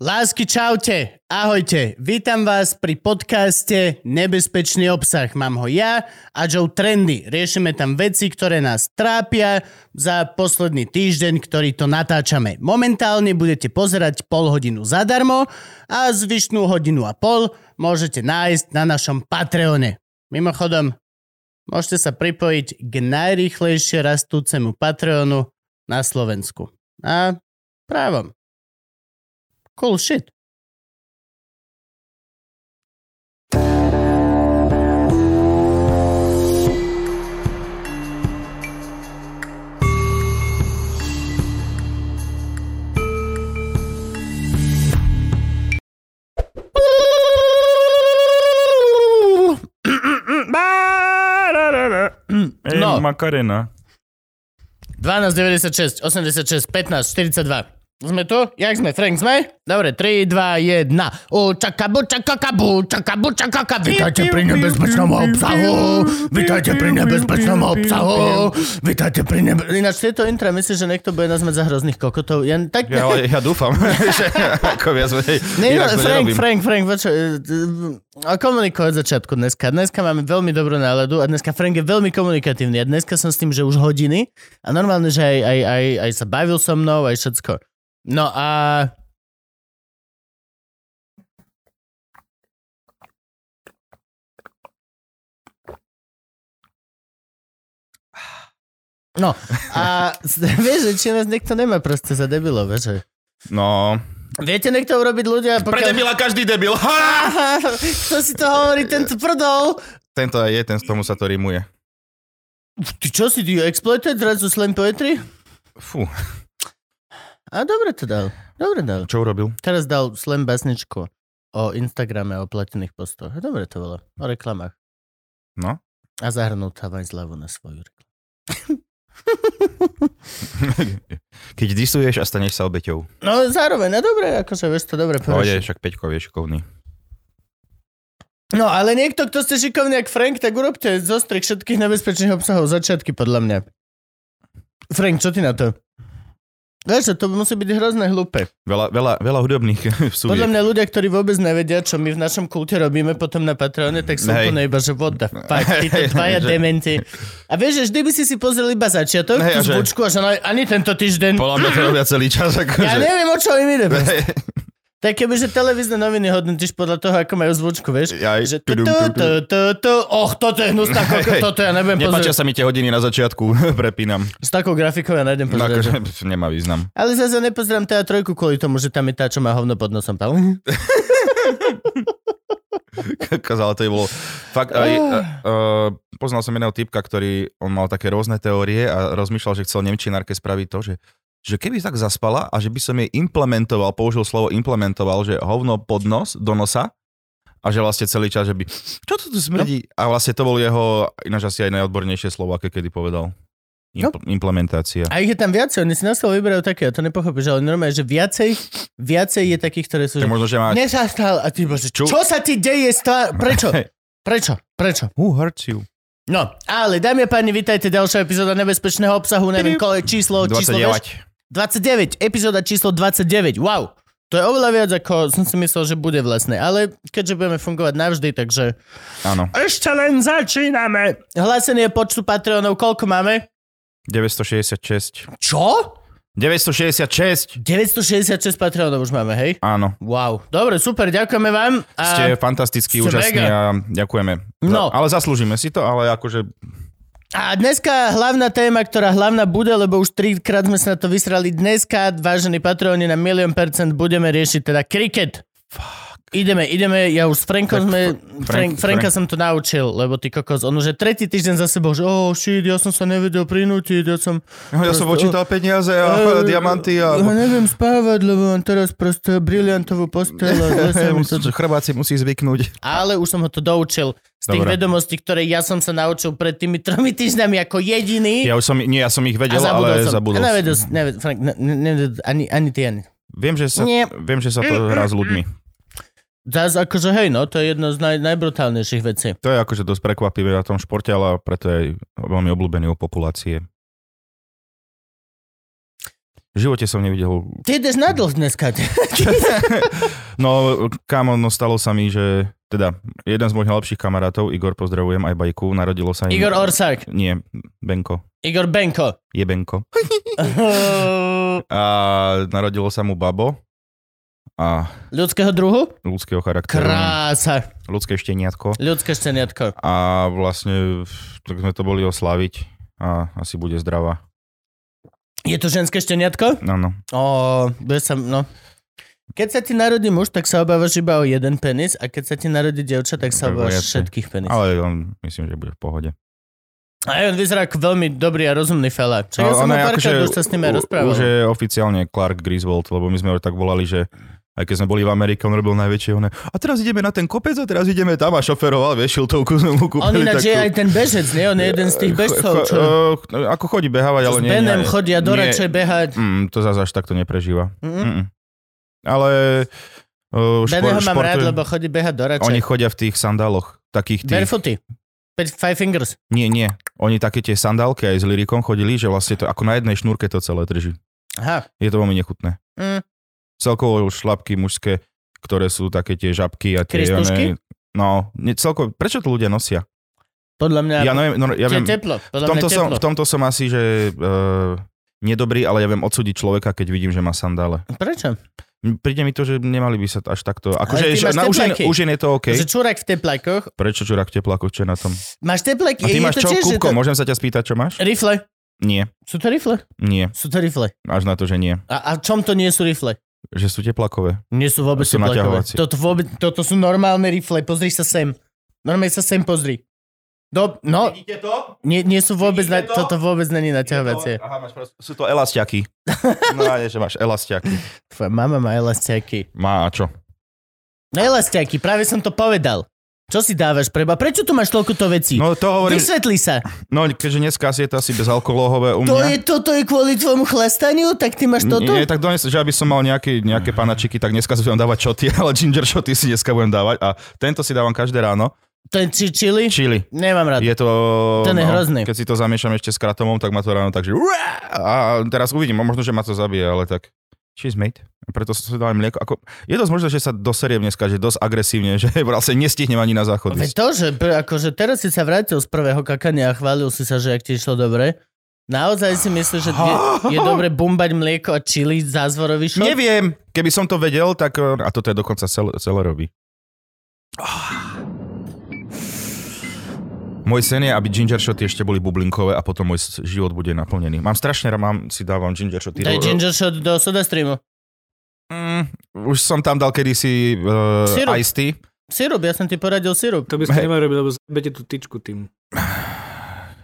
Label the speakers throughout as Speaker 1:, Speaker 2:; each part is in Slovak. Speaker 1: Lásky, čaute, ahojte. Vítam vás pri podcaste Nebezpečný obsah. Mám ho ja a Joe Trendy. Riešime tam veci, ktoré nás trápia za posledný týždeň, ktorý to natáčame. Momentálne budete pozerať pol hodinu zadarmo a zvyšnú hodinu a pol môžete nájsť na našom Patreone. Mimochodom, môžete sa pripojiť k najrýchlejšie rastúcemu Patreonu na Slovensku. A právom. Cool shit.
Speaker 2: Ej,
Speaker 1: No.
Speaker 2: no. Makarena.
Speaker 1: 12, 96, 86, 15, 42. Sme tu? Jak sme? Frank sme? Dobre, 3, 2, 1. U čaka, bu, čaka, kabu, čaka, bu, čaka, ka. Vítajte pri nebezpečnom obsahu. Vítajte pri nebezpečnom obsahu. Vítajte pri nebe... Ináč tieto intra, myslíš, že niekto bude nazvať za hrozných kokotov? Ja tak...
Speaker 3: Ja, ja dúfam, že ako viac menej
Speaker 1: Ne, no,
Speaker 3: inak to
Speaker 1: Frank,
Speaker 3: nerobím.
Speaker 1: Frank, Frank, počkaj, e, e, a komunikovať začiatku dneska. Dneska máme veľmi dobrú náladu a dneska Frank je veľmi komunikatívny a dneska som s tým, že už hodiny a normálne, že aj, aj, aj, aj sa bavil so mnou, aj všetko. No a... No, a vieš, že či nás niekto nemá proste za debilov, vieš, že...
Speaker 3: No,
Speaker 1: Viete niekto urobiť ľudia,
Speaker 3: pre
Speaker 1: pokiaľ...
Speaker 3: debila každý debil. Ha!
Speaker 1: Kto si to hovorí, tento prdol?
Speaker 3: Tento aj je, ten z tomu sa to rímuje.
Speaker 1: Ty čo si, ty exploited zrazu slam poetry?
Speaker 3: Fú,
Speaker 1: A dobre to dal, dobre dal.
Speaker 3: čo urobil?
Speaker 1: Teraz dal slam basničku o Instagrame, o platených postoch. A Dobre to bolo, o reklamách.
Speaker 3: No.
Speaker 1: A zahrnul tam aj zľavu na svoju reklamu.
Speaker 3: Keď disuješ a staneš sa obeťou.
Speaker 1: No zároveň, no dobre, akože vieš to dobre
Speaker 3: No, je
Speaker 1: povieš.
Speaker 3: však Peťko je šikovný.
Speaker 1: No ale niekto, kto ste šikovný jak Frank, tak urobte zostrih všetkých nebezpečných obsahov, začiatky podľa mňa. Frank, čo ty na to? Vieš, že to musí byť hrozné hlúpe.
Speaker 3: Veľa, veľa, veľa hudobných sú.
Speaker 1: Podľa mňa ľudia, ktorí vôbec nevedia, čo my v našom kulte robíme potom na Patreone, tak sú
Speaker 3: Hej.
Speaker 1: úplne iba, že what the fuck, títo dvaja
Speaker 3: Že-
Speaker 1: dementi. A vieš, že vždy by si si pozrel iba začiatok, tú
Speaker 3: Hej, a že-
Speaker 1: zvučku a že no, ani tento týždeň.
Speaker 3: Podľa mňa to robia celý čas. akože. Ako,
Speaker 1: Ja
Speaker 3: že...
Speaker 1: neviem, o čo im ide. Tak kebyže televízne noviny hodnotíš podľa toho, ako majú zvučku, vieš?
Speaker 3: Jaj.
Speaker 1: Že tu, tu, tu, tu, tu, och, toto je hnusná koko,
Speaker 3: Hej.
Speaker 1: toto ja neviem pozrieť.
Speaker 3: Nepáčia sa mi tie hodiny na začiatku, prepínam.
Speaker 1: S takou grafikou ja nejdem
Speaker 3: No,
Speaker 1: pozrieť.
Speaker 3: akože, pf, nemá význam.
Speaker 1: Ale zase nepozerám TA3 kvôli tomu, že tam je tá, čo má hovno pod nosom. Tam.
Speaker 3: Kokos, ale to je bolo... Fakt, aj, uh, poznal som jedného typka, ktorý, on mal také rôzne teórie a rozmýšľal, že chcel Nemčinárke spraviť to, že že keby tak zaspala a že by som jej implementoval, použil slovo implementoval, že hovno pod nos, do nosa a že vlastne celý čas, že by, čo to tu smrdí? A vlastne to bol jeho, ináč asi aj najodbornejšie slovo, aké kedy povedal. Imp- Implementácia.
Speaker 1: A ich je tam viacej, oni si na slovo vyberajú také, ja to nepochopíš, ale normálne, že viacej, viacej je takých, ktoré sú, že
Speaker 3: Tak možno, že má...
Speaker 1: nezastal a ty bože, čo, čo
Speaker 3: Čo?
Speaker 1: sa ti deje s tvá... Prečo? Prečo? Prečo?
Speaker 3: Who hurts you?
Speaker 1: No, ale dámy a páni, vítajte ďalšia epizóda nebezpečného obsahu, neviem, koľko je číslo, číslo, vieš? 29,
Speaker 3: 29.
Speaker 1: epizóda číslo 29, wow. To je oveľa viac, ako som si myslel, že bude vlastne, ale keďže budeme fungovať navždy, takže...
Speaker 3: Áno.
Speaker 1: Ešte len začíname! Hlásenie počtu Patreonov, koľko máme?
Speaker 3: 966.
Speaker 1: Čo?
Speaker 3: 966!
Speaker 1: 966 Patreonov už máme, hej?
Speaker 3: Áno.
Speaker 1: Wow, dobre, super, ďakujeme vám. A
Speaker 3: Ste fantastickí,
Speaker 1: ste
Speaker 3: úžasní
Speaker 1: mega.
Speaker 3: a ďakujeme.
Speaker 1: No.
Speaker 3: Za, ale zaslúžime si to, ale akože...
Speaker 1: A dneska hlavná téma, ktorá hlavná bude, lebo už trikrát sme sa na to vysrali, dneska, vážení patróni, na milión percent budeme riešiť teda kriket. Ideme, ideme, ja už s Frankom
Speaker 3: Tak
Speaker 1: sme,
Speaker 3: Fra-
Speaker 1: Frank,
Speaker 3: Frank-
Speaker 1: Franka som to naučil, lebo ty kokos, on už je tretí týždeň za sebou, že oh shit, ja som sa nevedel prinútiť, ja som...
Speaker 3: No, Ja som
Speaker 1: proste,
Speaker 3: počítal peniaze a
Speaker 1: Eh,
Speaker 3: diamanty a...
Speaker 1: Ja neviem spávať, lebo mám teraz proste briliantovú postel a zase mi to
Speaker 3: Chrbát si musí zvyknúť.
Speaker 1: ale už som ho to doučil z tých
Speaker 3: Dobre.
Speaker 1: vedomostí, ktoré ja som sa naučil pred tými tromi týždňami ako jediný.
Speaker 3: Ja už som, nie, ja som ich
Speaker 1: a
Speaker 3: vedel,
Speaker 1: zabudol
Speaker 3: ale
Speaker 1: som.
Speaker 3: zabudol
Speaker 1: a
Speaker 3: som.
Speaker 1: nevedel, som. Nevedel, Frank, ne, ne, ne, ani, ani ty, ani.
Speaker 3: Viem, že sa,
Speaker 1: Nie.
Speaker 3: viem, že sa to hrá s ľuďmi.
Speaker 1: Zas akože hej, no, to je jedno z naj, najbrutálnejších vecí.
Speaker 3: To je akože dosť prekvapivé na tom športe, ale preto je aj veľmi obľúbený u populácie. V živote som nevidel.
Speaker 1: Ty ideš na dlh dneska.
Speaker 3: No, kámo, no stalo sa mi, že teda jeden z mojich najlepších kamarátov, Igor, pozdravujem aj bajku, narodilo sa im...
Speaker 1: Igor Orsák.
Speaker 3: Nie, Benko.
Speaker 1: Igor Benko.
Speaker 3: Je Benko. A narodilo sa mu babo a
Speaker 1: Ľudského druhu?
Speaker 3: ľudského charakteru.
Speaker 1: Krása.
Speaker 3: Ľudské šteniatko.
Speaker 1: Ľudské šteniatko.
Speaker 3: A vlastne v- tak sme to boli oslaviť a asi bude zdravá. No,
Speaker 1: Je to ženské šteniatko?
Speaker 3: Áno.
Speaker 1: O, bude sa, no. Keď sa ti narodí muž, tak sa obávaš iba o jeden penis a keď sa ti narodí dievča, tak sa
Speaker 3: Tak
Speaker 1: obávaš
Speaker 3: jasne.
Speaker 1: všetkých penis. Ale...
Speaker 3: Ale on, myslím, že bude v pohode.
Speaker 1: A on vyzerá ako veľmi dobrý a rozumný fela. Čo ja som ho
Speaker 3: je akože
Speaker 1: párkrát už sa s ním aj
Speaker 3: u-
Speaker 1: rozprával.
Speaker 3: Už je oficiálne Clark Griswold, lebo my sme ho tak volali, že aj keď sme boli v Amerike, on robil najväčšie one. A teraz ideme na ten kopec a teraz ideme tam a šoferoval, vieš, šiltovku sme
Speaker 1: On
Speaker 3: mu kúpili.
Speaker 1: ináč je aj ten bežec, nie? On je jeden z tých bežcov, čo,
Speaker 3: eh, ako chodí behávať,
Speaker 1: čo
Speaker 3: ale
Speaker 1: s
Speaker 3: nie.
Speaker 1: Benem
Speaker 3: nie-
Speaker 1: chodia do
Speaker 3: nie.
Speaker 1: reče behať.
Speaker 3: Mm, to zase až takto neprežíva.
Speaker 1: Mm.
Speaker 3: Mm. Ale uh, špor,
Speaker 1: Beného mám
Speaker 3: športu-
Speaker 1: rád, lebo chodí behať do reče.
Speaker 3: Oni chodia v tých sandáloch, takých tých...
Speaker 1: Barefooty. Pe- Five fingers.
Speaker 3: Nie, nie. Oni také tie sandálky aj s lirikom chodili, že vlastne to ako na jednej šnúrke to celé drží.
Speaker 1: Aha.
Speaker 3: Je to veľmi nechutné.
Speaker 1: Mm.
Speaker 3: Celkovo už šlapky mužské, ktoré sú také tie žabky a tie...
Speaker 1: Kristušky?
Speaker 3: one- No, nie, celkovo, prečo to ľudia nosia?
Speaker 1: Podľa mňa...
Speaker 3: Ja, neviem, no, ja
Speaker 1: je
Speaker 3: viem,
Speaker 1: teplo.
Speaker 3: v
Speaker 1: Podľa mňa
Speaker 3: tomto, som,
Speaker 1: teplo.
Speaker 3: v tomto som asi, že uh, nedobrý, ale ja viem odsúdiť človeka, keď vidím, že má sandále.
Speaker 1: Prečo?
Speaker 3: Príde mi to, že nemali by sa až takto...
Speaker 1: Ale
Speaker 3: Akože,
Speaker 1: ty
Speaker 3: že,
Speaker 1: máš
Speaker 3: na, už, je,
Speaker 1: tepláky.
Speaker 3: už je to OK.
Speaker 1: Že čurak v teplákoch.
Speaker 3: Prečo čurák v teplákoch, čo je na tom?
Speaker 1: Máš tepláky?
Speaker 3: A ty
Speaker 1: je
Speaker 3: máš
Speaker 1: to
Speaker 3: čo,
Speaker 1: tiež, že
Speaker 3: Kupko?
Speaker 1: to-
Speaker 3: Môžem sa ťa spýtať, čo máš?
Speaker 1: Rifle.
Speaker 3: Nie,
Speaker 1: Sú to rifle?
Speaker 3: nie.
Speaker 1: Sú to rifle.
Speaker 3: Až na to, že nie.
Speaker 1: A, a čom to nie sú rifle?
Speaker 3: Že sú teplakové.
Speaker 1: Nie sú vôbec
Speaker 3: Sú
Speaker 1: teplakové.
Speaker 3: naťahovacie.
Speaker 1: Toto, vôbec, toto sú normálne rifle. Pozri sa sem. Normálne sa sem pozri. Do, no,
Speaker 3: Vidíte to?
Speaker 1: nie, nie sú vôbec, na,
Speaker 3: Vidíte to?
Speaker 1: toto vôbec není naťahovacie.
Speaker 3: Aha, máš proste, sú to elastiaky. No a nie, že máš elastiaky.
Speaker 1: Tvoja mama má elastiaky.
Speaker 3: Má a čo?
Speaker 1: No elastiaky, práve som to povedal. Čo si dávaš preba? Prečo tu máš toľko to vecí?
Speaker 3: No to hovorím,
Speaker 1: Vysvetli sa.
Speaker 3: no keďže dneska asi je to asi bezalkoholové u mňa.
Speaker 1: To je, toto je kvôli tvojmu chlastaniu? Tak ty máš toto?
Speaker 3: Nie, tak dones, že aby som mal nejaké, nejaké panačiky, tak dneska si budem dávať čoty, ale ginger šoty si dneska budem dávať a tento si dávam každé ráno.
Speaker 1: To je či, čili?
Speaker 3: Chili.
Speaker 1: Nemám rád.
Speaker 3: Je to... no,
Speaker 1: Ten je hrozný.
Speaker 3: Keď si to zamiešam ešte s kratomom, tak má to ráno takže... A teraz uvidím, možno, že ma to zabije, ale tak... Cheese mate. A Preto si dávam mlieko. Ako, je dosť možné, že sa doseriem dneska, že dosť agresívne, že vlastne nestihnem ani na záchod.
Speaker 1: Veď
Speaker 3: ísť.
Speaker 1: to, že pr- akože teraz si sa vrátil z prvého kakania a chválil si sa, že ak ti išlo dobre. Naozaj si myslíš, že je, je dobre bumbať mlieko a čili zázvorový šok?
Speaker 3: Neviem, keby som to vedel, tak... eh, A toto je dokonca cel, celerový. Môj sen je, aby ginger shoty ešte boli bublinkové a potom môj s- život bude naplnený. Mám strašne, ra- mám, si dávam ginger shoty.
Speaker 1: Daj ginger shot do soda streamu.
Speaker 3: Mm, už som tam dal kedysi uh,
Speaker 1: Sirup.
Speaker 3: iced tea.
Speaker 1: Sirup, ja som ti poradil sirup.
Speaker 2: To by ste
Speaker 3: Hej.
Speaker 2: nemali robiť, lebo zbete tú tyčku tým.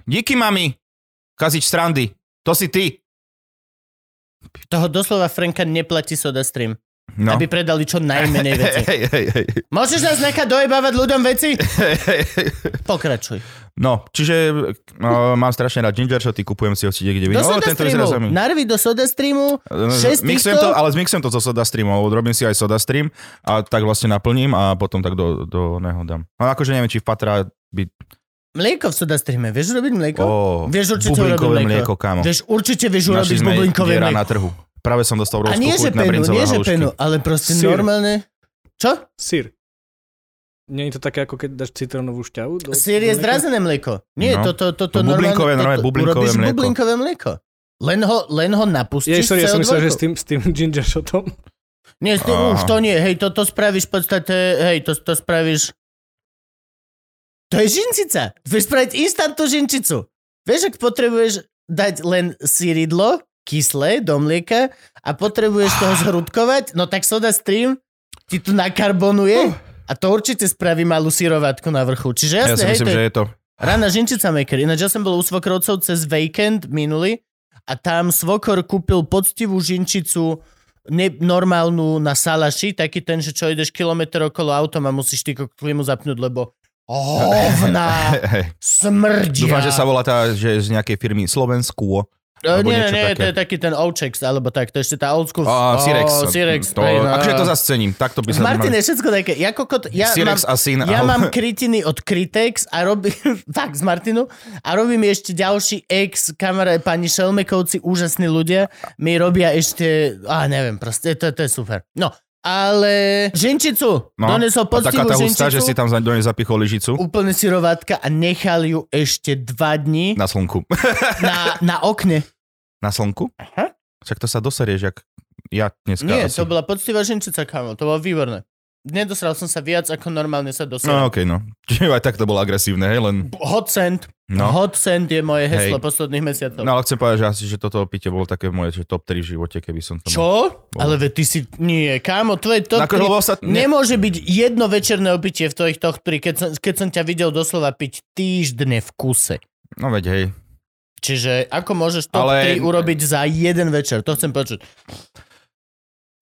Speaker 3: Díky, mami. Kazič strandy. To si ty.
Speaker 1: Toho doslova Franka neplatí soda stream,
Speaker 3: No.
Speaker 1: aby predali čo najmenej veci.
Speaker 3: Hej, hej, hej, hej,
Speaker 1: Môžeš nás nechať dojebávať ľuďom veci?
Speaker 3: hej, hej.
Speaker 1: Pokračuj.
Speaker 3: No, čiže uh, mám strašne rád ginger shoty, kupujem si ho kde kde.
Speaker 1: Do
Speaker 3: no,
Speaker 1: soda
Speaker 3: vyzerá
Speaker 1: streamu.
Speaker 3: zaujímavý.
Speaker 1: Narvi do soda streamu.
Speaker 3: No,
Speaker 1: Šesť
Speaker 3: Mixujem
Speaker 1: týchto?
Speaker 3: to, ale zmixujem to so soda streamom, lebo robím si aj soda stream a tak vlastne naplním a potom tak do, do neho dám. No akože neviem, či v Patra by...
Speaker 1: Mlieko v soda streame. Vieš robiť mlieko?
Speaker 3: Oh,
Speaker 1: Vieš určite
Speaker 3: bublinkové
Speaker 1: urobiť mlieko.
Speaker 3: mlieko, kámo.
Speaker 1: Vieš, určite vieš
Speaker 3: no. Našli
Speaker 1: urobiť
Speaker 3: sme
Speaker 1: bublinkové
Speaker 3: diera
Speaker 1: mlieko.
Speaker 3: na trhu. Práve som dostal
Speaker 1: A
Speaker 3: obrovskú
Speaker 1: nie že
Speaker 3: chuť na
Speaker 1: penu,
Speaker 3: brincové
Speaker 1: nie že
Speaker 3: halušky.
Speaker 1: penu, ale proste
Speaker 2: Syr.
Speaker 1: normálne. Čo?
Speaker 2: Syr. Nie je to také, ako keď dáš citrónovú šťavu? Do,
Speaker 1: Syr
Speaker 2: do
Speaker 1: je
Speaker 2: mlieka?
Speaker 1: zdrazené mlieko. Nie,
Speaker 3: No.
Speaker 1: toto, toto
Speaker 3: To bublinkové, normálne
Speaker 1: toto-
Speaker 3: bublinkové
Speaker 1: urobíš
Speaker 3: mlieko.
Speaker 1: bublinkové mlieko. Len ho, len ho napustíš
Speaker 2: Jej, sorry, ja som myslel, že s
Speaker 1: CO2.
Speaker 2: tým, s tým ginger shotom.
Speaker 1: Nie, s tým,
Speaker 3: Aha.
Speaker 1: už to nie, hej, to, to spravíš v podstate, hej, to, to spravíš... To je žinčica. Vieš spraviť instantnú žinčicu. Vieš, ak potrebuješ dať len síridlo, kyslé, do mlieka a potrebuješ toho
Speaker 3: Ah.
Speaker 1: zhrudkovať, no tak soda stream ti to nakarbonuje a to určite spraví malú sírovatku na vrchu. Čiže
Speaker 3: Ja
Speaker 1: jasne,
Speaker 3: si
Speaker 1: hej,
Speaker 3: myslím,
Speaker 1: to je
Speaker 3: že je to...
Speaker 1: Rána žinčica maker. Ináč ja som bol u svokrovcov cez weekend minulý a tam svokor kúpil poctivú žinčicu ne, normálnu na salaši, taký ten, že čo ideš kilometr okolo autom a musíš ty ko- klimu zapnúť, lebo hovna
Speaker 3: Hej, hej.
Speaker 1: smrdia.
Speaker 3: Dúfam, že sa volá tá, že je z nejakej firmy Slovenskú.
Speaker 1: E,
Speaker 3: Alebo
Speaker 1: nie,
Speaker 3: niečo
Speaker 1: nie,
Speaker 3: také.
Speaker 1: to je taký ten Ouchex, alebo tak, to je ešte tá old school...
Speaker 3: A, Sirex.
Speaker 1: Ó, Sirex,
Speaker 3: to,
Speaker 1: hej, no.
Speaker 3: akože to zase cením, takto by sa
Speaker 1: Martin
Speaker 3: nemali-
Speaker 1: je všetko také, ja kokot, ja
Speaker 3: Sirex
Speaker 1: mám,
Speaker 3: a syn,
Speaker 1: ja
Speaker 3: No, ale-
Speaker 1: mám krytiny od Krytex a robím, tak z Martinu, a robí mi ešte ďalší ex kamera, pani Šelmekovci, úžasní ľudia, mi robia ešte, a neviem, proste, to, to je super. No, ale ženčicu,
Speaker 3: No,
Speaker 1: no, donesol
Speaker 3: a taká
Speaker 1: poctivú
Speaker 3: tá
Speaker 1: ženčicu,
Speaker 3: hustá, že si tam za- do nej zapichol lyžicu
Speaker 1: úplne sirovátka a nechal ju ešte dva dní
Speaker 3: na slnku.
Speaker 1: na, na okne.
Speaker 3: Na slnku?
Speaker 1: Aha.
Speaker 3: Však to sa doserieš, jak ja dneska
Speaker 1: Nie,
Speaker 3: asi.
Speaker 1: to bola poctivá ženčica, kámo, to bolo výborné. Nedosral som sa viac, ako normálne sa
Speaker 3: No
Speaker 1: dosral. No.
Speaker 3: okej, no. Čiže aj tak to bolo agresívne, hej, len...
Speaker 1: Hot send. No.
Speaker 3: No.
Speaker 1: Hot send je moje heslo
Speaker 3: Hej.
Speaker 1: posledných mesiacov.
Speaker 3: No ale chcem povedať, že asi, že toto pite bolo také moje že top 3 v živote, keby som to...
Speaker 1: Čo? Ale veď ty si... Nie, kámo, tvoje to...
Speaker 3: Ako, lebo sa... Ne...
Speaker 1: Nemôže byť jedno večerné opitie v tvojich tohto, keď som, keď som ťa videl doslova piť týždne v kuse.
Speaker 3: No veď, hej.
Speaker 1: Čiže ako môžeš top
Speaker 3: Ale-
Speaker 1: 3 urobiť za jeden večer? To chcem počuť.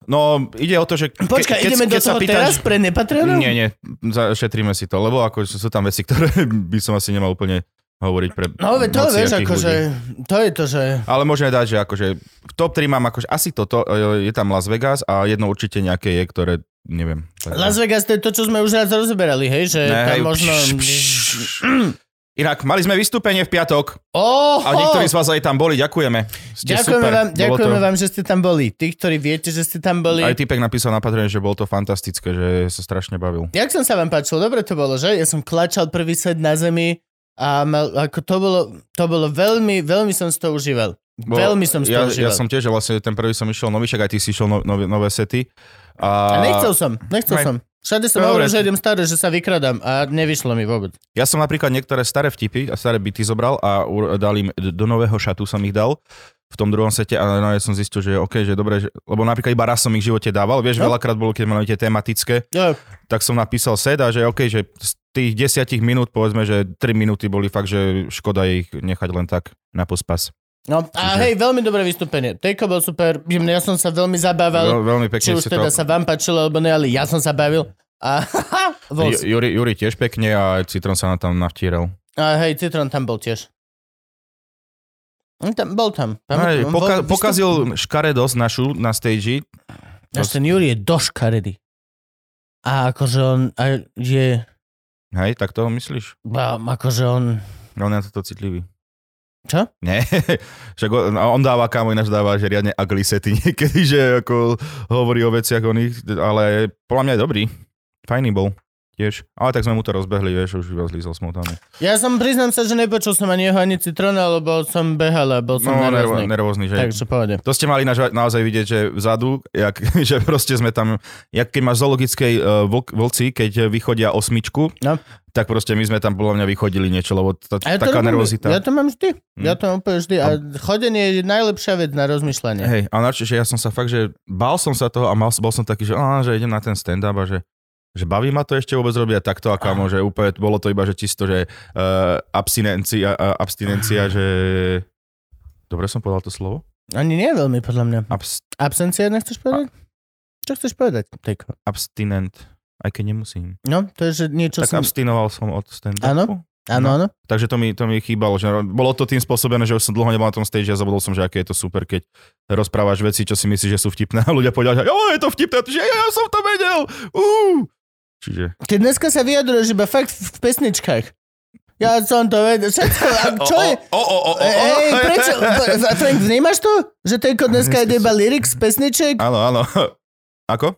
Speaker 3: No, ide o to, že... ke-
Speaker 1: Počkaj,
Speaker 3: keď-
Speaker 1: ideme do
Speaker 3: keď sa
Speaker 1: toho
Speaker 3: pýtaš-
Speaker 1: teraz pre nepatronov?
Speaker 3: Nie, nie, zašetríme si to, lebo ako sú tam veci, ktoré by som asi nemal úplne hovoriť pre
Speaker 1: No veď to
Speaker 3: hociakých
Speaker 1: vieš, akože...
Speaker 3: ľudí.
Speaker 1: To je to, že...
Speaker 3: Ale môžeme dať, že akože v top 3 mám akože asi toto, e, je tam Las Vegas a jedno určite nejaké je, ktoré neviem. Takže-
Speaker 1: Las Vegas to je to, čo sme už raz rozoberali, hej? Že
Speaker 3: Ne,
Speaker 1: tam
Speaker 3: hej,
Speaker 1: možno...
Speaker 3: pš, pš. Inak, mali sme vystúpenie v piatok
Speaker 1: Oho!
Speaker 3: a niektorí z vás aj tam boli, ďakujeme. Ste
Speaker 1: Ďakujeme,
Speaker 3: super.
Speaker 1: vám,
Speaker 3: Bolo
Speaker 1: ďakujeme
Speaker 3: to...
Speaker 1: vám, že ste tam boli. Tí, ktorí viete, že ste tam boli.
Speaker 3: Aj typek napísal na Patreon, že bolo to fantastické, že sa strašne bavil.
Speaker 1: Jak som sa vám páčil, dobre to bolo, že? Ja som klačal prvý set na zemi a mal, ako to bolo, to bolo veľmi, veľmi som si to užíval.
Speaker 3: Bo
Speaker 1: veľmi som si to
Speaker 3: ja,
Speaker 1: užíval.
Speaker 3: ja som tiež, že vlastne ten prvý som išiel nový, však aj ty si išiel no, nové, nové sety. A,
Speaker 1: A nechcel som, nechcel
Speaker 3: Aj.
Speaker 1: som. Všade som
Speaker 3: Dobre.
Speaker 1: hovoril, že idem staré, že sa vykradám a nevyšlo mi vôbec.
Speaker 3: Ja som napríklad niektoré staré vtipy a staré byty zobral a ur- dal im, do nového šatu som ich dal v tom druhom sete a no, ja som zistil, že OK, že dobre, že, lebo napríklad iba raz som ich v živote dával, vieš,
Speaker 1: No.
Speaker 3: veľakrát bolo, keď mali tie tematické,
Speaker 1: Jo,
Speaker 3: tak som napísal set a že OK, že z tých desiatich minút, povedzme, že 3 minúty boli fakt, že škoda je ich nechať len tak na pospas.
Speaker 1: No a
Speaker 3: Čiže-
Speaker 1: hej, veľmi dobré vystúpenie. Tejko bol super, ja som sa veľmi zabával,
Speaker 3: Veľ, veľmi pekne
Speaker 1: či už
Speaker 3: si
Speaker 1: teda
Speaker 3: to...
Speaker 1: sa vám páčilo alebo ne, ale ja som sa bavil. A, bol
Speaker 3: Ju- Juri, Juri tiež pekne a aj Citron sa na tam navtíral.
Speaker 1: A hej, Citron tam bol tiež. On tam, bol tam. Pamätám,
Speaker 3: Hej,
Speaker 1: on
Speaker 3: poka-
Speaker 1: bol-
Speaker 3: pokazil škaredosť našu na stage,
Speaker 1: Až ten Juri je doškaredý. A akože on a je...
Speaker 3: hej, tak to myslíš?
Speaker 1: a Akože on...
Speaker 3: On je na toto citlivý.
Speaker 1: Čo?
Speaker 3: Nie, však on, a on dáva, kámo ináč dáva, že riadne ugly sety niekedy, že ako hovorí o veciach o nich, ale podľa mňa je dobrý. Fajný bol tiež. Ale tak sme mu to rozbehli, vieš, už iba zlízol smotanu.
Speaker 1: Ja som, priznám sa, že nepočul som ani jeho, ani Citrona, lebo som behal a bol som no,
Speaker 3: No, nervo,
Speaker 1: nervózny.
Speaker 3: nervózny, že?
Speaker 1: Takže povede.
Speaker 3: To ste mali naž- naozaj vidieť, že vzadu, jak, že proste sme tam, jak keď máš zoologickej uh, vlk, vlci, keď vychodia osmičku,
Speaker 1: No.
Speaker 3: tak proste my sme tam podľa mňa vychodili niečo, lebo tá,
Speaker 1: A ja to
Speaker 3: taká
Speaker 1: robím,
Speaker 3: nervozita. Hm.
Speaker 1: Ja to mám vždy. Ja to mám úplne vždy. A
Speaker 3: A-
Speaker 1: chodenie je najlepšia vec na rozmýšľanie.
Speaker 3: Hej, a nač- že ja som sa fakt, že bál som sa toho a mal, bol som taký, že, á, že idem na ten stand-up a že že baví ma to ešte vôbec robiť a takto a kámo, že úplne bolo to iba, že čisto, že uh, abstinencia, uh, abstinencia, že... Dobre som povedal to slovo?
Speaker 1: Ani nie veľmi, podľa mňa.
Speaker 3: Abs-
Speaker 1: Absencia nechceš povedať? Čo chceš povedať? Tejko?
Speaker 3: abstinent, aj keď nemusím.
Speaker 1: No, to je, že niečo
Speaker 3: tak
Speaker 1: som...
Speaker 3: abstinoval som od stand-upu.
Speaker 1: Áno.
Speaker 3: no.
Speaker 1: Áno, áno.
Speaker 3: Takže to mi, to mi chýbalo. Že bolo to tým spôsobené, že už som dlho nebol na tom stage a zabudol som, že aké je to super, keď rozprávaš veci, čo si myslíš, že sú vtipné a ľudia povedia, že jo, je to vtipné, že ja, ja som to vedel. Uh. Čiže
Speaker 1: Ty dneska sa vyjadruješ iba fakt v v pesničkách. Ja som to vedel. Všetko, a čo je?
Speaker 3: O, o, o, o, o, o.
Speaker 1: Ej, prečo? A Frank, vnímaš to? Že Tejko dneska ide iba lyrics z pesniček?
Speaker 3: Áno, áno. Ako?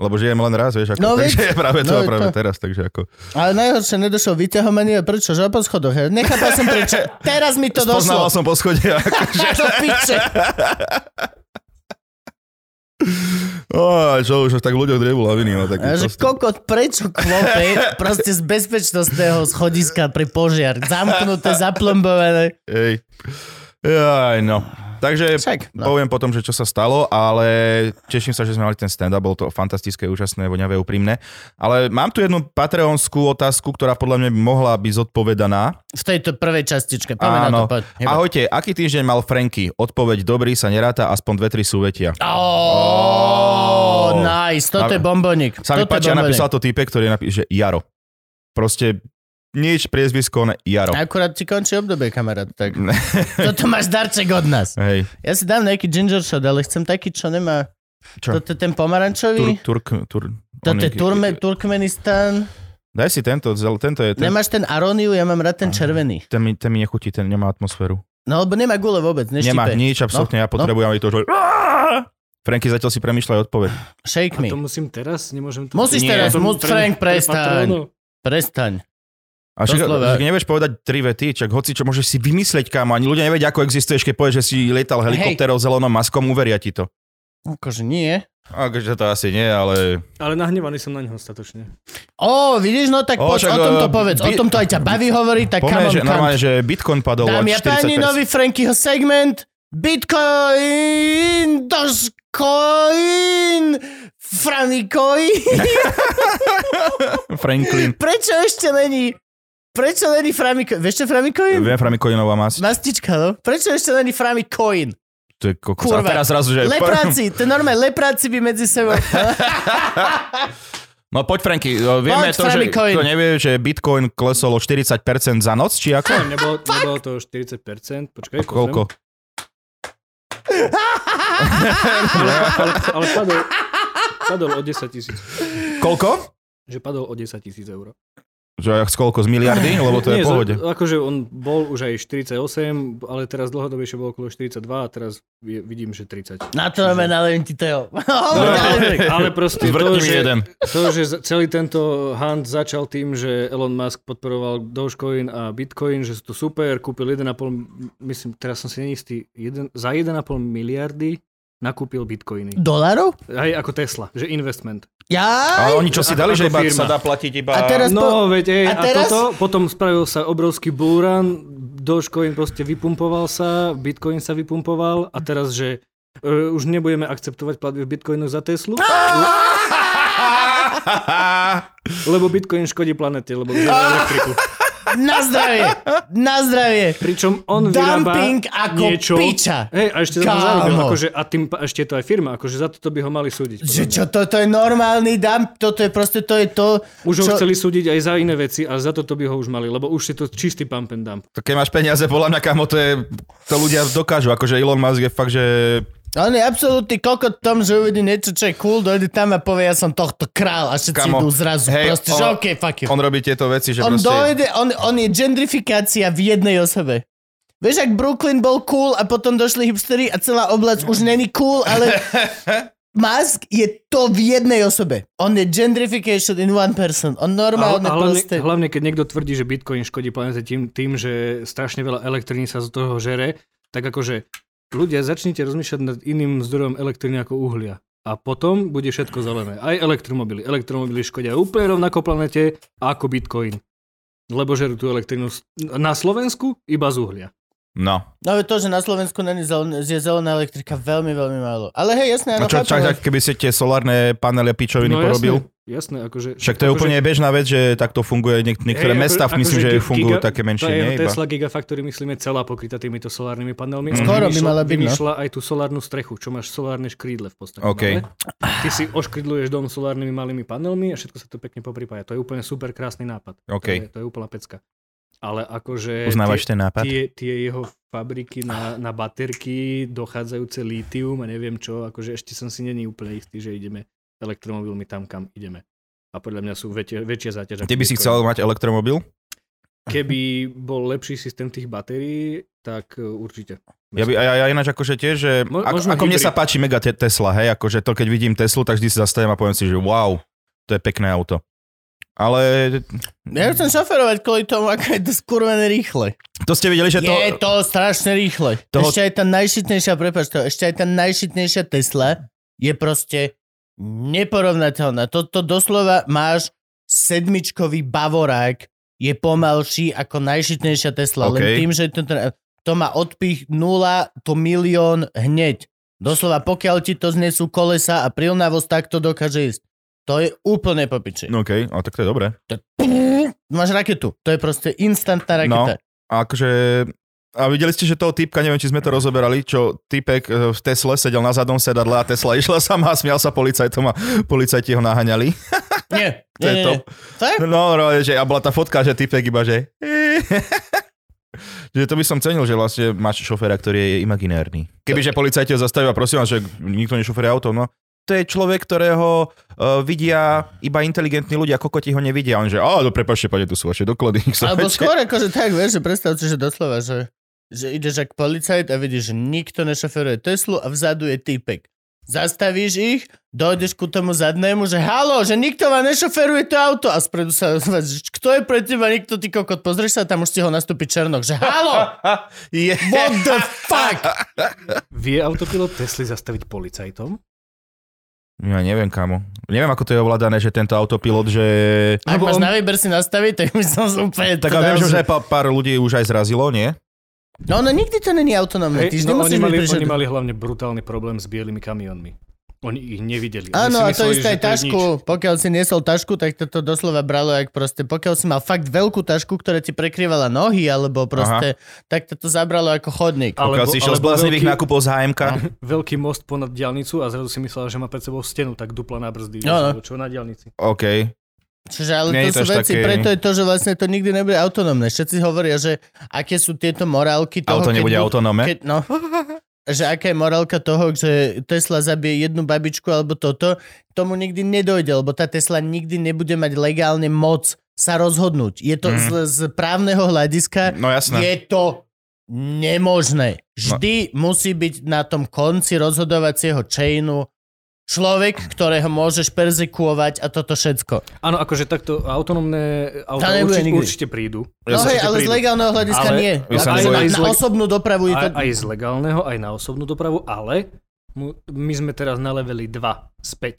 Speaker 3: Lebo žijeme len raz, vieš, ako,
Speaker 1: No,
Speaker 3: no, takže je práve to,
Speaker 1: no,
Speaker 3: no, práve
Speaker 1: veď to.
Speaker 3: teraz, takže ako.
Speaker 1: Ale najhoršie nedošlo vyťahovanie. Prečo? Že po schodoch. Ja Nechápal som prečo. Teraz mi to
Speaker 3: Spoznával
Speaker 1: došlo.
Speaker 3: som po schode, ako,
Speaker 1: Do piče.
Speaker 3: Ó, čo už tak ľudia drebu laviny, no tak.
Speaker 1: A Že kokot, prečo klope proste z bezpečnostného schodiska pri požiar. Zamknuté, zaplombované.
Speaker 3: Ej. Jaj, no. Takže
Speaker 1: Však, no.
Speaker 3: no. poviem potom, že čo sa stalo, ale teším sa, že sme mali ten stand-up, bolo to fantastické, úžasné, voňavé, úprimné. Ale mám tu jednu patreonskú otázku, ktorá podľa mňa by mohla byť zodpovedaná.
Speaker 1: V tejto prvej častičke. Poďme na to,
Speaker 3: Áno.
Speaker 1: poď. Jebe.
Speaker 3: Ahojte, aký týždeň mal Franky? Odpoveď dobrý sa neráta, aspoň dve, tri súvetia.
Speaker 1: Oh,
Speaker 3: Oh.
Speaker 1: nice, toto
Speaker 3: A-
Speaker 1: je bombonik.
Speaker 3: Sa mi
Speaker 1: Toto je
Speaker 3: páči, ja
Speaker 1: bombonik.
Speaker 3: napísal to týpek, ktorý napíše, že Jaro. Proste nič, priezvisko, ne, Jaro.
Speaker 1: Akurát ti končí obdobie, kamarát. Tak. Toto máš darček od nás.
Speaker 3: Hej,
Speaker 1: Ja si dám nejaký ginger shot, ale chcem taký, čo nemá...
Speaker 3: Čo?
Speaker 1: Toto je ten
Speaker 3: tur,
Speaker 1: pomarančový?
Speaker 3: turk, tur,
Speaker 1: Toto je
Speaker 3: oný- e-
Speaker 1: Turme, Turkmenistan.
Speaker 3: Daj si tento, zel- tento je, ten,
Speaker 1: Nemáš ten Aroniu, ja mám rád ten červený.
Speaker 3: ten, mi, ten mi nechutí, ten nemá atmosféru.
Speaker 1: No, lebo nemá gule vôbec, neštípe. No,
Speaker 3: Nemá nič, absolútne, ja potrebujem, aby to už... Franky zatiaľ si premýšľaj odpoveď.
Speaker 1: Shake me.
Speaker 2: A to musím teraz? Nemôžem to...
Speaker 1: Musíš
Speaker 3: Nie,
Speaker 1: teraz,
Speaker 2: Pre-
Speaker 1: mu,
Speaker 2: pre-
Speaker 1: Frank,
Speaker 2: pre
Speaker 1: prestaň.
Speaker 2: patrónov.
Speaker 1: Prestaň.
Speaker 3: A však,
Speaker 1: Doslova.
Speaker 3: však nevieš povedať tri vety, čak hoci čo môžeš si vymyslieť, kámo, ani ľudia nevedia, ako existuješ, keď povieš, že si lietal helikopterou zelenou maskom, uveria ti to.
Speaker 1: Akože nie.
Speaker 3: Akože to asi nie, ale...
Speaker 2: Ale nahnevaný som na neho statočne.
Speaker 1: Ó, vidíš, no tak
Speaker 3: Ó,
Speaker 1: poď,
Speaker 3: však,
Speaker 1: o tomto
Speaker 3: eh,
Speaker 1: povedz. O
Speaker 3: bi-
Speaker 1: tomto aj ťa baví hovoriť, tak come
Speaker 3: Pomene,
Speaker 1: on,
Speaker 3: že,
Speaker 1: come.
Speaker 3: normálne, že Bitcoin padol
Speaker 1: Dámy
Speaker 3: od
Speaker 1: a
Speaker 3: 40%.
Speaker 1: páni, nový Frankyho segment Bitcoin, Dogecoin, Framikoin.
Speaker 3: Franklin.
Speaker 1: Prečo ešte není? Prečo není Framikoin? Vieš čo je Framikoin?
Speaker 3: Viem, Framikoinová masť.
Speaker 1: Mastička, no. Prečo ešte není Framikoin?
Speaker 3: To je kokos. A
Speaker 1: Kurva.
Speaker 3: teraz zrazu, že...
Speaker 1: Lepráci, to je normálne, lepráci by medzi sebou.
Speaker 3: No poď, Franky, o, vieme
Speaker 1: Poď,
Speaker 3: to, že
Speaker 1: Framikoin.
Speaker 3: to nevie, že Bitcoin klesol o 40% za noc, či ako?
Speaker 2: Nebolo, nebolo to 40%, počkaj,
Speaker 3: A koľko?
Speaker 2: pozriem. Ale, ale, ale padol, padol o 10 tisíc.
Speaker 3: Koľko?
Speaker 2: Že padol o 10 tisíc eur.
Speaker 3: Že z koľko? Z miliardy? Lebo to je
Speaker 2: Nie,
Speaker 3: v
Speaker 2: za-
Speaker 3: pohode.
Speaker 2: Akože on bol už aj 48, ale teraz dlhodobejšie bolo okolo 42 a teraz je- vidím, že 30.
Speaker 1: Na to máme, nalevím ti to jo. No,
Speaker 2: Ale, ale proste to
Speaker 3: Zvrtni mi
Speaker 2: že,
Speaker 3: jeden.
Speaker 2: to, že za- celý tento hunt začal tým, že Elon Musk podporoval Dogecoin a Bitcoin, že sú to super, kúpil 1,5, myslím, teraz som si neistý, jeden, za 1,5 miliardy nakúpil Bitcoiny.
Speaker 1: Dolarov?
Speaker 2: Aj ako Tesla, že investment.
Speaker 1: Ja?
Speaker 3: A oni čo si dali, že
Speaker 2: Ako
Speaker 3: iba
Speaker 2: firma.
Speaker 3: sa dá platiť iba...
Speaker 1: A teraz po...
Speaker 2: No, veď, ej,
Speaker 1: a
Speaker 2: a,
Speaker 1: teraz?
Speaker 2: toto, potom spravil sa obrovský bullrun, Dogecoin proste vypumpoval sa, Bitcoin sa vypumpoval a teraz, že e, už nebudeme akceptovať platby v Bitcoinu za Teslu, lebo Bitcoin škodí planete, lebo
Speaker 1: Ah!
Speaker 2: vyrába elektriku.
Speaker 1: Na zdravie! Na zdravie!
Speaker 2: Pričom on vyrába
Speaker 1: Dumping ako
Speaker 2: niečo.
Speaker 1: piča!
Speaker 2: Hej, a ešte za to
Speaker 1: Kámo.
Speaker 2: zarobil, akože, a tým, pa- ešte je to aj firma, akože za toto by ho mali súdiť.
Speaker 1: Že
Speaker 2: podľa mňa.
Speaker 1: čo, toto je normálny dump, toto je proste, to je to,
Speaker 2: Už ho
Speaker 1: čo...
Speaker 2: chceli súdiť aj za iné veci a za toto by ho už mali, lebo už je to čistý pump and dump.
Speaker 3: To keď máš peniaze, podľa mňa, kamo, to, je, to ľudia dokážu. Akože Elon Musk je fakt, že...
Speaker 1: On je absolútny kokot v tom, že uvidí niečo, čo je cool, dojde tam a povie, ja som tohto král a všetci
Speaker 3: Kamo,
Speaker 1: idú zrazu.
Speaker 3: hej,
Speaker 1: proste, že
Speaker 3: on-
Speaker 1: okej, fuck you.
Speaker 3: On robí tieto veci, že
Speaker 1: On
Speaker 3: proste...
Speaker 1: dojde, on, on je gendrifikácia v jednej osobe. Vieš, ak Brooklyn bol cool a potom došli hipstery a celá oblasť už není cool, ale Musk je to v jednej osobe. On je gentrification in one person. On
Speaker 2: A,
Speaker 1: normálne
Speaker 2: a hlavne,
Speaker 1: proste...
Speaker 2: hlavne, keď niekto tvrdí, že Bitcoin škodí planete tým, tým, že strašne veľa elektriny sa z toho žere, tak akože ľudia začnite rozmýšľať nad iným zdrojom elektriny ako uhlia. A potom bude všetko zelené. Aj elektromobily. Elektromobily škodia úplne rovnako planete ako Bitcoin. Lebo žerú tú elektrinu s- na Slovensku iba z uhlia.
Speaker 3: No.
Speaker 1: No ale to, že na Slovensku není zelená, je zelená elektrika veľmi, veľmi málo. Ale hej, jasné,
Speaker 3: A
Speaker 1: áno,
Speaker 3: čo,
Speaker 1: chápem.
Speaker 3: čak, keby si tie solárne panely a pičoviny
Speaker 2: no,
Speaker 3: porobil?
Speaker 2: Jasné, jasné, akože...
Speaker 3: Však to je
Speaker 2: akože-
Speaker 3: úplne bežná vec, že takto funguje niek- niektoré
Speaker 2: Hej,
Speaker 3: mesta,
Speaker 2: ako-
Speaker 3: myslím,
Speaker 2: akože
Speaker 3: že
Speaker 2: giga-
Speaker 3: fungujú
Speaker 2: giga-
Speaker 3: také menšie,
Speaker 2: tá je
Speaker 3: nie? Iba.
Speaker 2: Tesla Gigafactory, myslím, je celá pokrytá týmito solárnymi panelmi.
Speaker 3: Mhm.
Speaker 1: Skoro by
Speaker 2: Vymýšľa-
Speaker 1: mala byť, no.
Speaker 2: Vymýšľa aj tú solárnu strechu, čo máš solárne škrídle v podstate.
Speaker 3: OK.
Speaker 2: dobre? Ty si oškridluješ dom solárnymi malými panelmi a všetko sa to pekne popripája. To je úplne super krásny nápad.
Speaker 3: OK.
Speaker 2: To, je, to je úplná pecka. Ale akože...
Speaker 3: Uznávaš
Speaker 2: tie,
Speaker 3: ten nápad?
Speaker 2: tie, tie jeho fabriky na, na baterky, dochádzajúce lítium a neviem čo, akože ešte som si není úplne istý, že ideme elektromobilmi tam, kam ideme. A podľa mňa sú väčšie, väčšie záťaže. ako
Speaker 3: Ty by si
Speaker 2: Bitcoin.
Speaker 3: chcel mať elektromobil?
Speaker 2: Keby bol lepší systém tých batérií, tak e, určite.
Speaker 3: Ja, by, a ja, ja ináč akože tiež, že
Speaker 2: Mo-
Speaker 3: ako,
Speaker 2: možno
Speaker 3: ako mne sa
Speaker 2: hybrid.
Speaker 3: páči mega te- Tesla, hej, akože to keď vidím Teslu, tak vždy si zastavím a poviem si, že wow, to je pekné auto. Ale
Speaker 1: Ja chcem šoferovať kvôli tomu, ako je to skurvené rýchle.
Speaker 3: to ste videli, že
Speaker 1: Je to,
Speaker 3: to...
Speaker 1: strašne rýchle.
Speaker 3: Toho-
Speaker 1: Ešte aj tá najšitnejšia, prepáč to, ešte aj tá najšitnejšia Tesla je proste neporovnateľná. Toto doslova máš sedmičkový bavorák, je pomalší ako najšitnejšia Tesla. Len
Speaker 3: OK.
Speaker 1: tým, že to, teda- to má odpich 0 to milión hneď. Doslova, pokiaľ ti to znesú kolesa a prilnavosť, tak to dokáže ísť. To je úplne popiči. No.
Speaker 3: No okej, okay, tak to je dobré.
Speaker 1: Máš raketu. To je proste instantná
Speaker 3: No.
Speaker 1: raketa.
Speaker 3: A akože... A videli ste, že toho typka, neviem, či sme to
Speaker 2: Mm.
Speaker 3: rozoberali, čo typek e, v Tesle sedel na zadnom sedadle a Tesla išla sama a smial sa policajtom a policajti ho naháňali.
Speaker 1: Nie,
Speaker 3: To
Speaker 1: nie,
Speaker 3: je
Speaker 1: nie,
Speaker 3: to.
Speaker 1: nie. Tak?
Speaker 3: No, no, že a bola tá fotka, že typek iba, že... Že to by som cenil, že vlastne máš šoféra, ktorý je imaginárny. Kebyže policajt ťa zastavia, prosím vás, že nikto nešoféruje auto, no to je človek, ktorého uh, vidia iba inteligentní ľudia, kokoti ho nevidia. On že, a no prepačte, pane, tu sú vaše doklady. nech sa
Speaker 1: Alebo
Speaker 3: páči."
Speaker 1: skôr akože tak, vieš, že predstav si, že doslova, že, že ideš ako policajt a vidíš, že nikto nešoferuje Teslu a vzadu je týpek. Zastavíš ich, dojdeš ku tomu zadnému, že halo, že nikto vám nešoferuje to auto a spredu sa ozvať, že kto je pre teba, nikto ty kokot, pozrieš sa a tam už ti ho nastúpi Černok, že halo,
Speaker 3: Je.
Speaker 1: what the fuck?
Speaker 2: Vie autopilot Tesly zastaviť policajtom?
Speaker 3: Ja neviem, kamo. Neviem, ako to je ovládané, že tento autopilot, že...
Speaker 1: Ak
Speaker 2: Lebo
Speaker 1: máš
Speaker 2: on-
Speaker 1: na Teda- výber si nastaviť, tak by som úplne...
Speaker 3: Tak
Speaker 1: to
Speaker 3: ja viem,
Speaker 1: dal,
Speaker 3: že už aj pa- pár ľudí už aj zrazilo, nie?
Speaker 1: No ono nikdy to není autonómne, ty
Speaker 2: Hej,
Speaker 1: vždy
Speaker 2: no, oni,
Speaker 1: musíš byť
Speaker 2: mali,
Speaker 1: prišetný.
Speaker 2: oni mali hlavne brutálny problém s bielými kamionmi. Oni ich nevideli. Oni
Speaker 1: Áno,
Speaker 2: si
Speaker 1: a to
Speaker 2: mysleli, že
Speaker 1: isté aj
Speaker 2: je
Speaker 1: tašku.
Speaker 2: nič.
Speaker 1: Pokiaľ si niesol tašku, tak to, to doslova bralo, jak proste, pokiaľ si mal fakt veľkú tašku, ktorá ti prekryvala nohy, alebo proste, Aha. tak to, to zabralo ako chodník.
Speaker 2: Ale-
Speaker 3: Pokiaľ
Speaker 2: Alebo-
Speaker 3: si išiel z
Speaker 2: alebo
Speaker 3: bláznivých
Speaker 2: veľký-
Speaker 3: nákupov z HMK.
Speaker 1: No.
Speaker 2: Veľký most ponad diálnicu a zrazu si myslel, že má pred sebou stenu, tak dupla na brzdy.
Speaker 1: No, no.
Speaker 2: Alebo Čo na diálnici?
Speaker 3: OK.
Speaker 1: Čiže ale
Speaker 3: nie
Speaker 1: to sú
Speaker 3: je to až
Speaker 1: veci,
Speaker 3: také-
Speaker 1: preto je to, že vlastne to nikdy nebude autonómne. Všetci hovoria, že aké sú tieto morálky toho,
Speaker 3: Auto
Speaker 1: keď
Speaker 3: nebude
Speaker 1: budú-
Speaker 3: autonómne?
Speaker 1: Keď, no, že aká je morálka toho, že Tesla zabije jednu babičku alebo toto, tomu nikdy nedojde, lebo tá Tesla nikdy nebude mať legálne moc sa rozhodnúť. Je to
Speaker 3: Mhm.
Speaker 1: z, z právneho hľadiska
Speaker 3: No jasné.
Speaker 1: je to nemožné. Vždy
Speaker 2: No.
Speaker 1: musí byť na tom konci rozhodovacieho chainu človek, ktorého môžeš perzekuovať a toto všetko.
Speaker 2: Áno, akože takto autonómne
Speaker 1: Tá
Speaker 2: auta
Speaker 1: nebude
Speaker 2: určite,
Speaker 1: nikdy.
Speaker 2: určite prídu.
Speaker 1: No
Speaker 3: Ja sa
Speaker 1: hej,
Speaker 2: určite
Speaker 1: ale z
Speaker 2: prídu.
Speaker 1: legálneho hľadiska
Speaker 2: Ale-
Speaker 1: nie.
Speaker 3: Ja sa
Speaker 1: na,
Speaker 3: nebojím.
Speaker 1: na, na osobnú dopravu je to...
Speaker 2: Aj, aj z legálneho, aj na osobnú dopravu, ale mu, my sme teraz na leveli 2 z 5.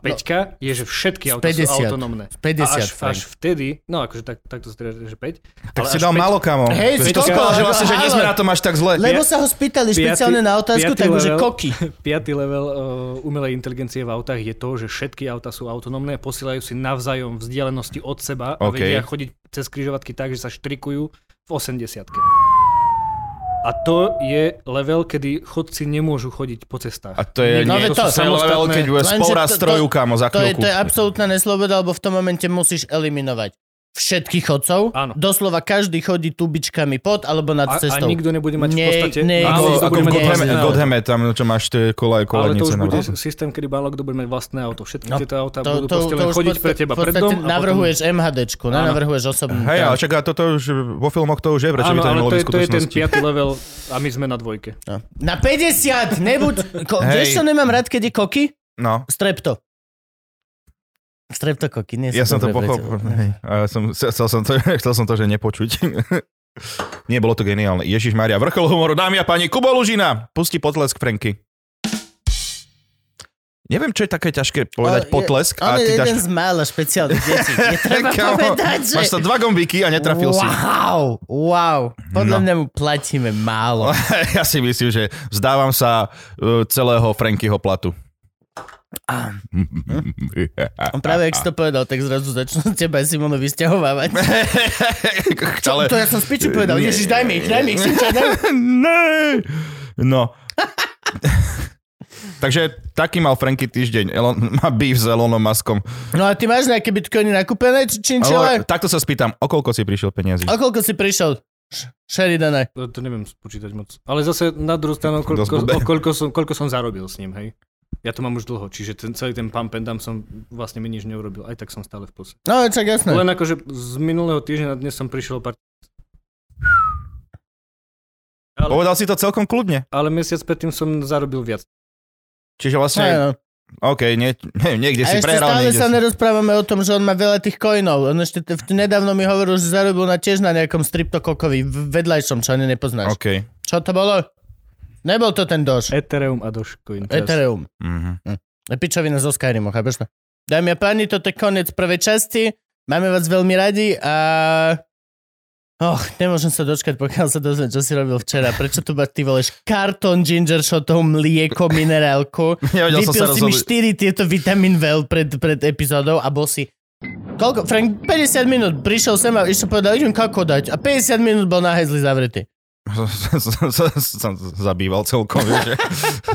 Speaker 3: No,
Speaker 2: 5 je, že všetky
Speaker 1: Z
Speaker 2: auta
Speaker 1: 50.
Speaker 2: sú autonómne.
Speaker 1: z 50,
Speaker 2: a až,
Speaker 1: Frank.
Speaker 2: až vtedy, no akože tak, takto si teda, že 5.
Speaker 3: Tak si dal malo, kamo.
Speaker 1: Hej,
Speaker 3: to je
Speaker 1: toľko,
Speaker 3: skvelé, že
Speaker 1: ale-
Speaker 3: vlastne, že nie sme
Speaker 1: ale-
Speaker 3: na tom až tak zle.
Speaker 1: Lebo sa ho spýtali
Speaker 2: piaty-
Speaker 1: špeciálne na otázku,
Speaker 2: piaty
Speaker 1: tak už je
Speaker 2: level.
Speaker 1: koky.
Speaker 2: Piatý level uh, umelej inteligencie v autách je to, že všetky auta sú autonómne, posielajú si navzájom vzdialenosti od seba a
Speaker 3: OK.
Speaker 2: vedia chodiť cez križovatky tak, že sa štrikujú v 80 A to je level, kedy chodci nemôžu chodiť po cestách.
Speaker 3: A to je,
Speaker 1: No,
Speaker 3: nie,
Speaker 1: veď
Speaker 3: to,
Speaker 1: to-
Speaker 3: sú level,
Speaker 2: samostatné-
Speaker 3: keď bude
Speaker 1: Lenže
Speaker 3: spolra
Speaker 1: to- to-
Speaker 3: stroju, kamo,
Speaker 1: To
Speaker 3: za
Speaker 1: je,
Speaker 3: chvíľku.
Speaker 1: to je absolútna nesloboda, lebo v tom momente musíš eliminovať všetkých chodcov.
Speaker 2: Áno.
Speaker 1: Doslova každý chodí tubičkami pod alebo nad
Speaker 2: a, a
Speaker 1: cestou.
Speaker 2: nikto nebude mať
Speaker 1: Ne-
Speaker 2: v podstate...
Speaker 1: ne-
Speaker 2: Áno,
Speaker 3: Ako,
Speaker 1: Áno,
Speaker 3: ako
Speaker 2: nikto
Speaker 3: v
Speaker 2: bude mať
Speaker 3: Godheme,
Speaker 2: vlastné auto.
Speaker 3: Godheme, tam no, čo máš tie kola aj
Speaker 2: Ale to už
Speaker 3: kolenice. na
Speaker 2: bude
Speaker 3: vrchu.
Speaker 2: systém, kedy málo kto bude mať vlastné auto. Všetky
Speaker 1: No,
Speaker 2: tieto auta
Speaker 1: to,
Speaker 2: budú
Speaker 1: to,
Speaker 2: proste
Speaker 1: to,
Speaker 2: len
Speaker 1: už
Speaker 2: chodiť
Speaker 1: pod-
Speaker 2: pre teba
Speaker 1: v podstate
Speaker 2: predom. a potom-
Speaker 1: navrhuješ MHDčku,
Speaker 2: Áno.
Speaker 1: nenavrhuješ osobnú.
Speaker 3: Hej, ale
Speaker 1: Tak.
Speaker 3: čaká, toto už vo filmoch to už je, prečo by
Speaker 2: Áno,
Speaker 3: to
Speaker 2: ale
Speaker 3: nemalo
Speaker 2: to
Speaker 3: byť
Speaker 2: je, to je ten
Speaker 3: skutočnosti.
Speaker 2: piatý level a my sme na dvojke.
Speaker 1: No. Na 50, nebuď... Ko,
Speaker 3: Hej.
Speaker 1: vieš, čo nemám rád, keď je koky?
Speaker 3: No,
Speaker 1: Strepto. Streptokoky, nie sú
Speaker 3: ja som to
Speaker 1: dobré pre
Speaker 3: pochopil.
Speaker 1: teba.
Speaker 3: Hej. A ja som- Chcel som to- chcel som to, že nepočuť. Nie, bolo to geniálne. Ježiš Maria, vrchol humoru, dámy a páni, Kubo Lužina! Pustí potlesk Franky. Neviem, čo je také ťažké povedať
Speaker 1: O, je-
Speaker 3: potlesk
Speaker 1: On
Speaker 3: a
Speaker 1: je
Speaker 3: ty
Speaker 1: jeden z
Speaker 3: dáš
Speaker 1: mála špeciálnych detí. Je treba
Speaker 3: Kamo,
Speaker 1: povedať, že...
Speaker 3: Máš to dva gombíky a netrafil
Speaker 1: wow,
Speaker 3: si.
Speaker 1: Wow, wow. Podľa
Speaker 3: No.
Speaker 1: mňa mu platíme málo.
Speaker 3: Ja si myslím, že vzdávam sa uh, celého Frankyho platu.
Speaker 1: A- On práve, ak si to povedal, tak zrazu začnú teba aj Simonu vysťahovávať. Čo,
Speaker 3: Ale...
Speaker 1: to ja som z piči povedal.
Speaker 3: Nie.
Speaker 1: Ježiš, daj mi ich, daj mi ich. Simča, daj mi ich.
Speaker 3: Ne! No. Takže taký mal Franky týždeň. Elon, má beef s Elonom Muskom.
Speaker 1: No a ty máš nejaké bitcoiny nakúpené, či
Speaker 3: Ale,
Speaker 1: činčele?
Speaker 3: takto sa spýtam, o koľko si prišiel peniazy?
Speaker 1: O koľko si prišiel? Š- Sheridane.
Speaker 2: To, to neviem spočítať moc. Ale zase na druhú stranu,
Speaker 3: Dosť
Speaker 2: koľko,
Speaker 3: blbé.
Speaker 2: o koľko, som, koľko som zarobil s ním, hej? Ja to mám už dlho, čiže ten, celý ten pump and dump som vlastne mi nič neurobil. Aj tak som stále v pluse.
Speaker 1: No, čak jasné.
Speaker 2: Len akože z minulého týždňa na dnes som prišiel pár... Ale,
Speaker 3: Povedal si to celkom kľudne.
Speaker 2: ale mesiac predtým som zarobil viac.
Speaker 3: Čiže vlastne,
Speaker 1: Áno.
Speaker 3: OK, nie, niekde
Speaker 1: No, A
Speaker 3: si
Speaker 1: ešte
Speaker 3: prehral.
Speaker 1: stále
Speaker 3: niekde
Speaker 1: sa
Speaker 3: si-
Speaker 1: nerozprávame o tom, že on má veľa tých coinov. On ešte t- nedávno mi hovoril, že zarobil na tiež na nejakom striptokokovi v- vedľajšom, čo ani nepoznáš.
Speaker 3: OK.
Speaker 1: Čo to bolo? Nebol to ten doš.
Speaker 2: Ethereum a Dogecoin. teraz.
Speaker 1: Ethereum.
Speaker 3: Mhm.
Speaker 1: A Pičovina zo Skyrimu, chápeš to? Dámy a páni, toto je koniec prvej časti. Máme vás veľmi radi a... Och, nemôžem sa dočkať, pokiaľ sa dozviem, čo si robil včera. Prečo tu ma ty voleš kartón ginger shotov, mlieko, minerálku?
Speaker 3: Nevedel
Speaker 1: Vypil
Speaker 3: som sa
Speaker 1: si mi
Speaker 3: rozhodnúť.
Speaker 1: 4 tieto vitamín vel pred, pred epizódou a bol si... Koľko? Frank, 50 minút prišiel sem a ešte povedal, idem kako dať. A 50 minút bol na hezli zavretý.
Speaker 3: som zabýval celkom, vieš, že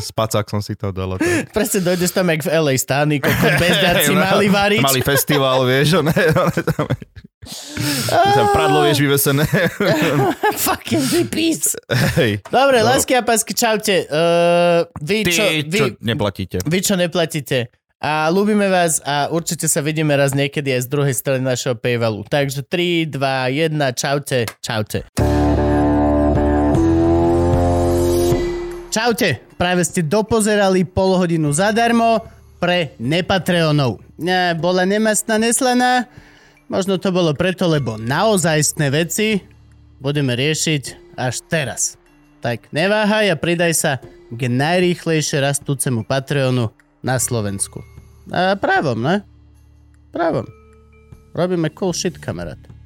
Speaker 3: spacák som si to dal. a to-
Speaker 1: Presne dojdeš tam jak v LA stány, koľko bezdarci
Speaker 3: Hej, no,
Speaker 1: mali variť.
Speaker 3: Mali festival, vieš, one, one tam, tam pradlo, vieš, vyvesené.
Speaker 1: Fucking hippies.
Speaker 3: Hej.
Speaker 1: Dobre,
Speaker 3: No.
Speaker 1: lásky a pásky, čaute. Uh, vy,
Speaker 3: Ty,
Speaker 1: čo, vy,
Speaker 3: čo neplatíte.
Speaker 1: vy, čo neplatíte. A ľúbime vás a určite sa vidíme raz niekedy aj z druhej strany našeho payvalu. Takže 3, 2, 1, čaute, čaute. Čaute, práve ste dopozerali pol hodinu zadarmo pre nepatreonov. E, bola nemastná neslaná, možno to bolo preto, lebo naozajstné veci budeme riešiť až teraz. Tak neváhaj a pridaj sa k najrýchlejšie rastúcemu Patreonu na Slovensku. A právom, ne? Právom. Robíme cool shit, kamarát.